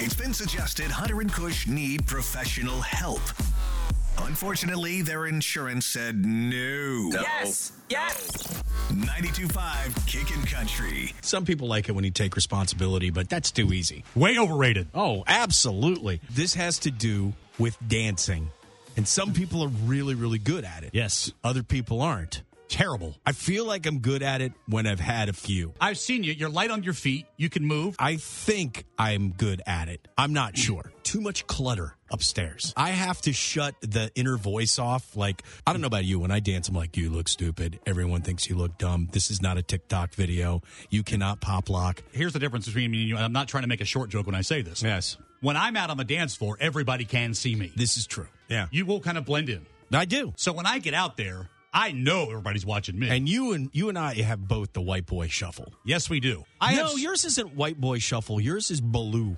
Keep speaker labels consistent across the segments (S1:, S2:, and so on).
S1: It's been suggested Hunter and Cush need professional help. Unfortunately, their insurance said no.
S2: Yes. Yes.
S1: 92.5 Kickin' Country.
S3: Some people like it when you take responsibility, but that's too easy.
S4: Way overrated.
S3: Oh, absolutely. This has to do with dancing. And some people are really, really good at it.
S4: Yes.
S3: Other people aren't.
S4: Terrible.
S3: I feel like I'm good at it when I've had a few.
S4: I've seen you. You're light on your feet. You can move.
S3: I think I'm good at it. I'm not sure. Too much clutter upstairs. I have to shut the inner voice off. Like, I don't know about you. When I dance, I'm like, you look stupid. Everyone thinks you look dumb. This is not a TikTok video. You cannot pop lock.
S4: Here's the difference between me and you. And I'm not trying to make a short joke when I say this.
S3: Yes.
S4: When I'm out on the dance floor, everybody can see me.
S3: This is true. Yeah.
S4: You will kind of blend in.
S3: I do.
S4: So when I get out there, I know everybody's watching me.
S3: And you and you and I have both the white boy shuffle.
S4: yes, we do. I
S3: no,
S4: have,
S3: yours isn't white boy shuffle. Yours is Baloo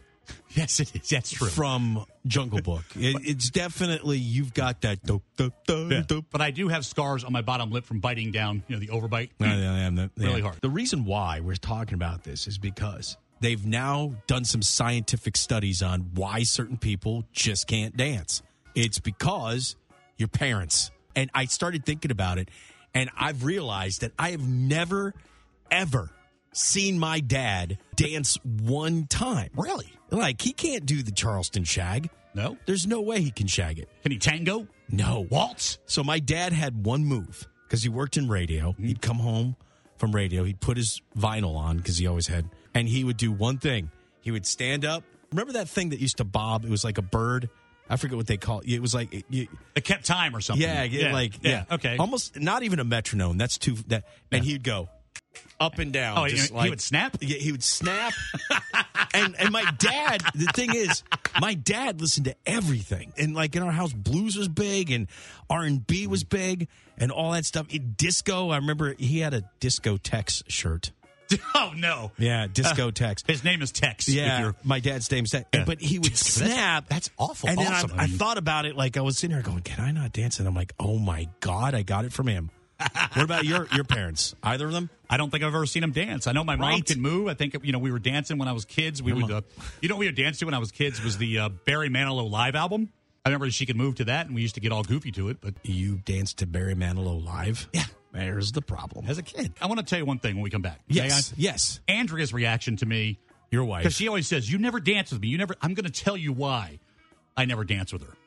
S4: Yes, it is. That's true.
S3: from Jungle Book. It, it's definitely you've got that. Dope, dope, dope,
S4: Yeah.
S3: dope.
S4: But I do have scars on my bottom lip from biting down, you know, the overbite.
S3: No, no, no, no, no.
S4: Really hard.
S3: Mm. The reason why we're talking about this is because they've now done some scientific studies on why certain people just can't dance. It's because your parents. And I started thinking about it, and I've realized that I have never, ever seen my dad dance one time.
S4: Really?
S3: Like, he can't do the Charleston shag.
S4: No.
S3: There's no way he can shag it.
S4: Can he tango?
S3: No.
S4: Waltz?
S3: So my dad had one move because he worked in radio. He'd come home from radio. He'd put his vinyl on because he always had, and he would do one thing. He would stand up. Remember that thing that used to bob? It was like a bird. I forget what they call it. It was like, it- you-
S4: It kept time or something.
S3: yeah, yeah, like, yeah. Um,
S4: Okay.
S3: Almost not even a metronome. That's too, that, and he'd go up and down.
S4: Oh, he-
S3: just
S4: he
S3: like-
S4: would snap?
S3: Yeah, he would snap. and, and my dad, the thing is, my dad listened to everything. And like in our house, blues was big and R&B was big and all that stuff. It, disco, I remember he had a disco Tex shirt.
S4: oh, no.
S3: Yeah, disco Tex.
S4: His name is Tex. if
S3: Yeah,
S4: you're-
S3: my dad's name's that.
S4: Uh, Yeah.
S3: But he would
S4: that's-
S3: snap.
S4: that's awful
S3: And then
S4: awesome.
S3: I,
S4: I
S3: I
S4: mean-
S3: thought about it. Like I was sitting here going, "Can I not dance?" And I'm like, "Oh my god, I got it from him." what about your your parents? Either of them?
S4: I don't think I've ever seen him dance. I know my mom
S3: Right.
S4: can move. I think you know we were dancing when I was kids. We would, uh, you know, what we would dance to when I was kids was the uh, Barry Manilow live album. I remember she could move to that, and we used to get all goofy to it. But
S3: You danced to Barry Manilow live. Yeah, there's the problem.
S4: as a kid, I want to tell you one thing when we come back. okay,
S3: Yes,
S4: guys?
S3: yes.
S4: Andrea's reaction to me
S3: Your
S4: because
S3: wife.
S4: she always says, "You never dance with me. You never." I'm going to tell you why I never dance with her.